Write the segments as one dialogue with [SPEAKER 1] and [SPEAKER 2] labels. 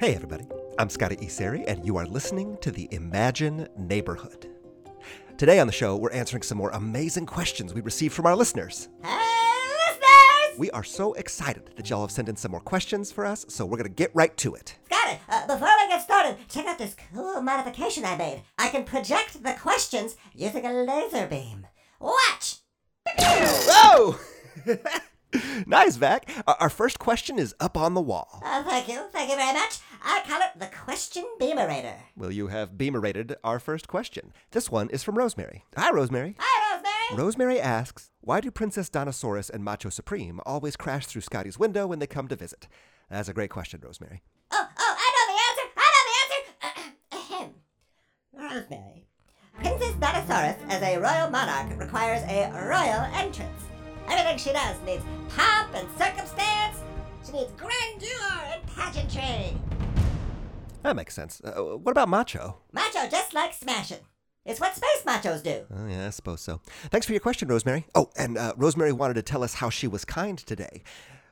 [SPEAKER 1] Hey, everybody. I'm Scotty Iseri, and you are listening to the Imagine Neighborhood. Today on the show, we're answering some more amazing questions we received from our listeners.
[SPEAKER 2] Hey, listeners!
[SPEAKER 1] We are so excited that y'all have sent in some more questions for us, so we're going to get right to it.
[SPEAKER 2] Scotty, uh, before we get started, check out this cool modification I made. I can project the questions using a laser beam. Watch!
[SPEAKER 1] Whoa! nice, Vac. Our our first question is up on the wall.
[SPEAKER 2] Uh, thank you, thank you very much. I call it the Question Beamerator.
[SPEAKER 1] Will you have beamerated our first question? This one is from Rosemary. Hi, Rosemary.
[SPEAKER 2] Hi, Rosemary!
[SPEAKER 1] Rosemary asks, Why do Princess Donosaurus and Macho Supreme always crash through Scotty's window when they come to visit? That's a great question, Rosemary.
[SPEAKER 2] Oh, oh, I know the answer! I know the answer! Ahem. Rosemary. Princess Dinosaurus, as a royal monarch, requires a royal entrance. Everything she does needs pomp and circumstance. She needs grandeur and pageantry.
[SPEAKER 1] That makes sense. Uh, what about Macho?
[SPEAKER 2] Macho just likes smashing. It's what space machos do.
[SPEAKER 1] Oh, yeah, I suppose so. Thanks for your question, Rosemary. Oh, and uh, Rosemary wanted to tell us how she was kind today.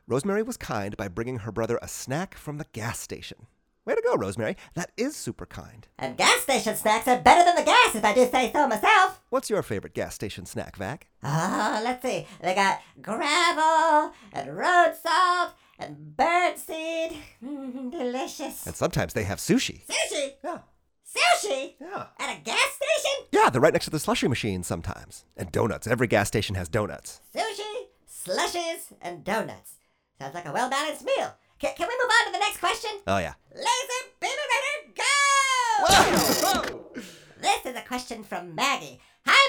[SPEAKER 1] Rosemary was kind by bringing her brother a snack from the gas station. Way to go, Rosemary. That is super kind.
[SPEAKER 2] And gas station snacks are better than the gas, if I do say so myself.
[SPEAKER 1] What's your favorite gas station snack, Vac?
[SPEAKER 2] Oh, let's see. They got gravel and road salt and birdseed. Mm, delicious.
[SPEAKER 1] And sometimes they have sushi.
[SPEAKER 2] Sushi?
[SPEAKER 1] Yeah.
[SPEAKER 2] Sushi?
[SPEAKER 1] Yeah.
[SPEAKER 2] At a gas station?
[SPEAKER 1] Yeah, they're right next to the slushy machine sometimes. And donuts. Every gas station has donuts.
[SPEAKER 2] Sushi, slushies, and donuts. Sounds like a well balanced meal. Ca can we move on to the next question?
[SPEAKER 1] Oh, yeah.
[SPEAKER 2] Laser Beamerator, go! This is a question from Maggie. Hi,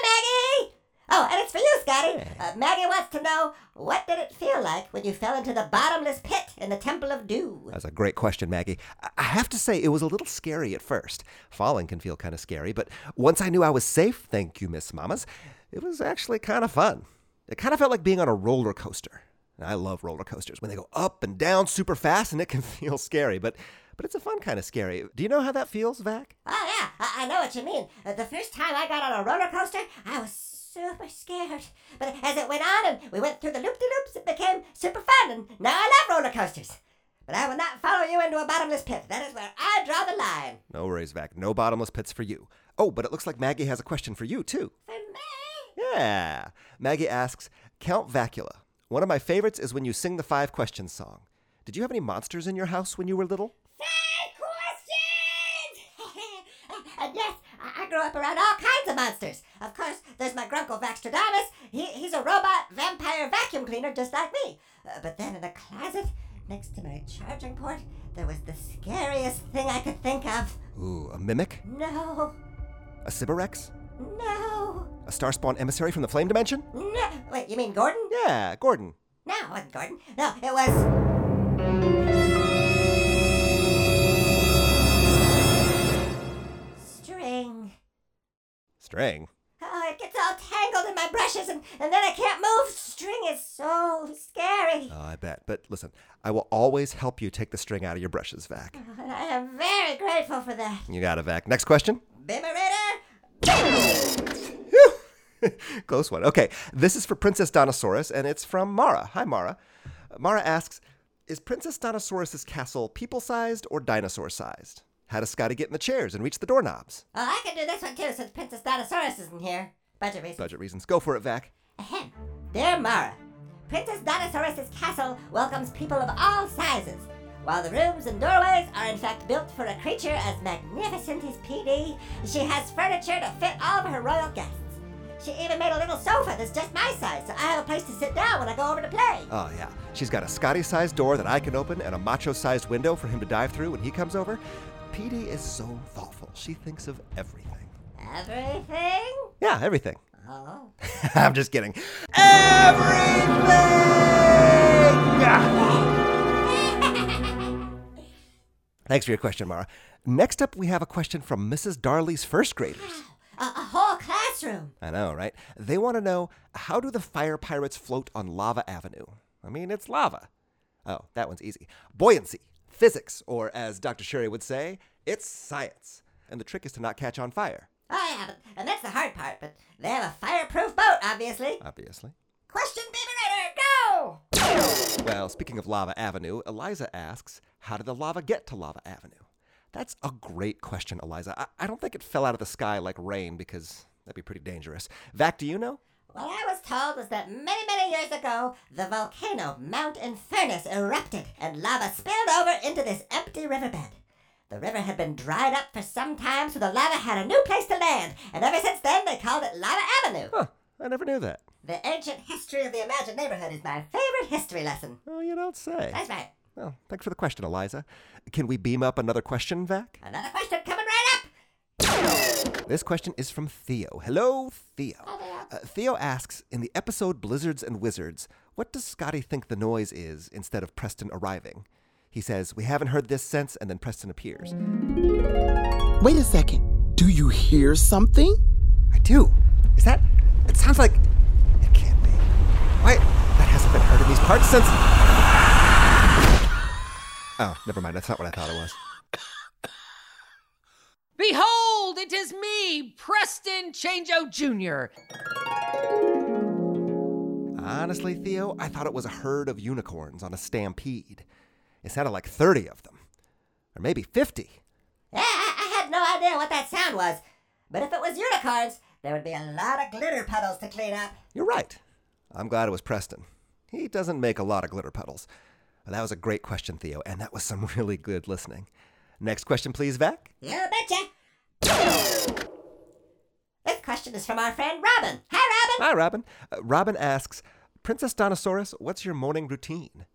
[SPEAKER 2] Maggie! Oh, and it's for you, Scotty. Uh, Maggie wants to know what did it feel like when you fell into the bottomless pit in the Temple of Dew?
[SPEAKER 1] That's a great question, Maggie. I- I have to say, it was a little scary at first. Falling can feel kind of scary, but once I knew I was safe, thank you, Miss Mamas, it was actually kind of fun. It kind of felt like being on a roller coaster. And I love roller coasters when they go up and down super fast, and it can feel scary, but but it's a fun kind of scary. Do you know how that feels, Vac?
[SPEAKER 2] Oh, yeah, I, I know what you mean. Uh, the first time I got on a roller coaster, I was super scared. But as it went on and we went through the loop de loops, it became super fun, and now I love roller coasters. But I will not follow you into a bottomless pit. That is where I draw the line.
[SPEAKER 1] No worries, Vac. No bottomless pits for you. Oh, but it looks like Maggie has a question for you too.
[SPEAKER 2] For me?
[SPEAKER 1] Yeah. Maggie asks, Count Vacula. One of my favorites is when you sing the five questions song. Did you have any monsters in your house when you were little?
[SPEAKER 2] Five questions! and Uh, yes, I, I grew up around all kinds of monsters. Of course, there's my Grunkle Vaxtradamus. He, he's a robot vampire vacuum cleaner just like me. Uh, but then in the closet, next to my charging port, there was the scariest thing I could think of.
[SPEAKER 1] Ooh, a mimic?
[SPEAKER 2] No,
[SPEAKER 1] A Sybarex?
[SPEAKER 2] no,
[SPEAKER 1] A star spawn emissary from the flame dimension?
[SPEAKER 2] no. Wait, you mean Gordon?
[SPEAKER 1] Yeah, Gordon.
[SPEAKER 2] No, it wasn't Gordon. No, it was. String.
[SPEAKER 1] String.
[SPEAKER 2] Oh, it gets all tangled in my brushes and, and then I can't move. String is so scary.
[SPEAKER 1] Oh, I bet. But listen, I will always help you take the string out of your brushes, Vac.
[SPEAKER 2] And I am very grateful for that.
[SPEAKER 1] You got it, Vac. Next question.
[SPEAKER 2] Bimerator!
[SPEAKER 1] Close one. Okay, this is for Princess Donosaurus, and it's from Mara. Hi, Mara. Mara asks Is Princess Dinosaurus's castle people sized or dinosaur sized? How does Scotty get in the chairs and reach the doorknobs?
[SPEAKER 2] Oh, I can do this one too since Princess Dinosaurus isn't here. Budget reasons.
[SPEAKER 1] Budget reasons. Go for it, Vac.
[SPEAKER 2] Ahem. Dear Mara, Princess Dinosaurus's castle welcomes people of all sizes. While the rooms and doorways are in fact built for a creature as magnificent as PD, she has furniture to fit all of her royal guests. She even made a little sofa that's just my size, so I have a place to sit down when I go over to play.
[SPEAKER 1] Oh, yeah. She's got a Scotty sized door that I can open and a macho sized window for him to dive through when he comes over. PD is so thoughtful. She thinks of everything.
[SPEAKER 2] Everything?
[SPEAKER 1] Yeah, everything.
[SPEAKER 2] Oh.
[SPEAKER 1] I'm just kidding. Everything! Thanks for your question, Mara. Next up, we have a question from Mrs. Darley's first graders.
[SPEAKER 2] A, a whole classroom.
[SPEAKER 1] I know, right? They want to know how do the fire pirates float on Lava Avenue? I mean, it's lava. Oh, that one's easy. Buoyancy, physics, or as Dr. Sherry would say, it's science. And the trick is to not catch on fire,
[SPEAKER 2] Oh, yeah, but, and that's the hard part, but they have a fireproof boat, obviously.
[SPEAKER 1] obviously.
[SPEAKER 2] Question Beaver Rider, go!
[SPEAKER 1] Well, speaking of Lava Avenue, Eliza asks, How did the lava get to Lava Avenue? That's a great question, Eliza. I, I don't think it fell out of the sky like rain because that'd be pretty dangerous. Vac, do you know?
[SPEAKER 2] What I was told was that many, many years ago, the volcano Mount Infernus erupted and lava spilled over into this empty riverbed. The river had been dried up for some time, so the lava had a new place to land, and ever since then they called it Lava Avenue.
[SPEAKER 1] Huh, I never knew that.
[SPEAKER 2] The ancient history of the imagined neighborhood is my favorite history lesson.
[SPEAKER 1] Oh, you don't say.
[SPEAKER 2] That's right.
[SPEAKER 1] Well, thanks for the question, Eliza. Can we beam up another question, Vac?
[SPEAKER 2] Another question coming right up.
[SPEAKER 1] This question is from Theo. Hello, Theo.
[SPEAKER 2] Hello.
[SPEAKER 1] Uh, Theo asks In the episode Blizzards and Wizards, what does Scotty think the noise is instead of Preston arriving? He says, We haven't heard this since, and then Preston appears.
[SPEAKER 3] Wait a second. Do you hear something?
[SPEAKER 1] I do. Is that. It sounds like. It can't be. Why? That hasn't been heard in these parts since. Oh, never mind. That's not what I thought it was.
[SPEAKER 4] Behold, it is me, Preston Chango Jr.
[SPEAKER 1] Honestly, Theo, I thought it was a herd of unicorns on a stampede. It sounded like 30 of them, or maybe 50.
[SPEAKER 2] Yeah, I, I had no idea what that sound was, but if it was unicorns, there would be a lot of glitter puddles to clean up.
[SPEAKER 1] You're right. I'm glad it was Preston. He doesn't make a lot of glitter puddles. Well, that was a great question, Theo, and that was some really good listening. Next question, please, Vec.
[SPEAKER 2] You betcha. This question is from our friend Robin. Hi, Robin.
[SPEAKER 1] Hi, Robin. Uh, Robin asks Princess Donosaurus, what's your morning routine?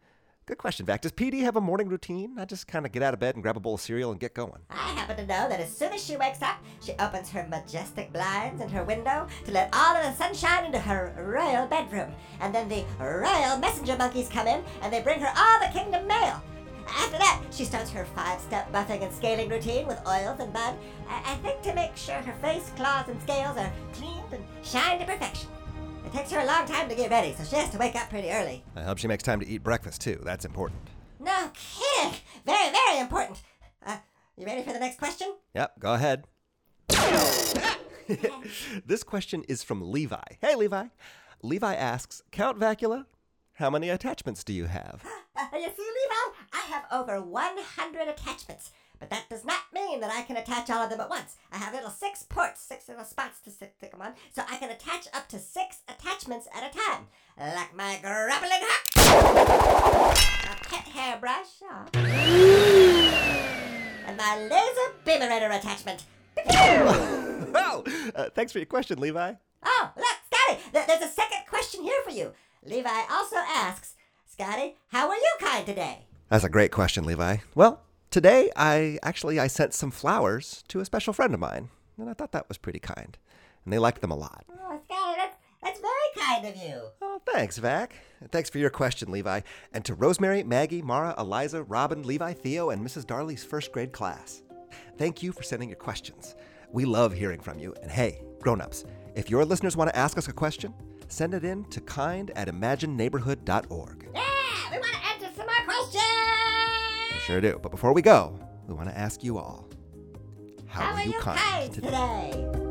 [SPEAKER 1] Good question, Vec. Does PD have a morning routine? I just kind of get out of bed and grab a bowl of cereal and get going.
[SPEAKER 2] I happen to know that as soon as she wakes up, she opens her majestic blinds and her window to let all of the sunshine into her royal bedroom. And then the royal messenger monkeys come in and they bring her all the kingdom mail. After that, she starts her five step buffing and scaling routine with oils and mud. I, I think to make sure her face, claws, and scales are cleaned and shined to perfection. It takes her a long time to get ready, so she has to wake up pretty early.
[SPEAKER 1] I hope she makes time to eat breakfast, too. That's important.
[SPEAKER 2] No kidding! Very, very important. Uh, you ready for the next question?
[SPEAKER 1] Yep, go ahead. this question is from Levi. Hey, Levi. Levi asks Count Vacula, how many attachments do you have?
[SPEAKER 2] Uh, you see, Levi, I have over 100 attachments, but that does not mean that I can attach all of them at once. I have little six ports, six little spots to stick them on, so I can attach up to six attachments at a time, like my grappling hook, a pet hairbrush, aw, and my laser beamerator attachment.
[SPEAKER 1] Oh, uh, thanks for your question, Levi.
[SPEAKER 2] Oh, look, Scotty, th- there's a second question here for you. Levi also asks, Scotty, how were you kind today?
[SPEAKER 1] That's a great question, Levi. Well, today I actually I sent some flowers to a special friend of mine, and I thought that was pretty kind, and they liked them a lot.
[SPEAKER 2] Oh, Scotty, that's, that's very kind of you.
[SPEAKER 1] Oh, thanks, Vac. And Thanks for your question, Levi, and to Rosemary, Maggie, Mara, Eliza, Robin, Levi, Theo, and Mrs. Darley's first grade class. Thank you for sending your questions. We love hearing from you. And hey, grown-ups, if your listeners want to ask us a question, send it in to kind at imagineneighborhood.org.
[SPEAKER 2] Yeah, we want to answer some more questions.
[SPEAKER 1] I sure do. But before we go, we want to ask you all
[SPEAKER 2] How are you kind today?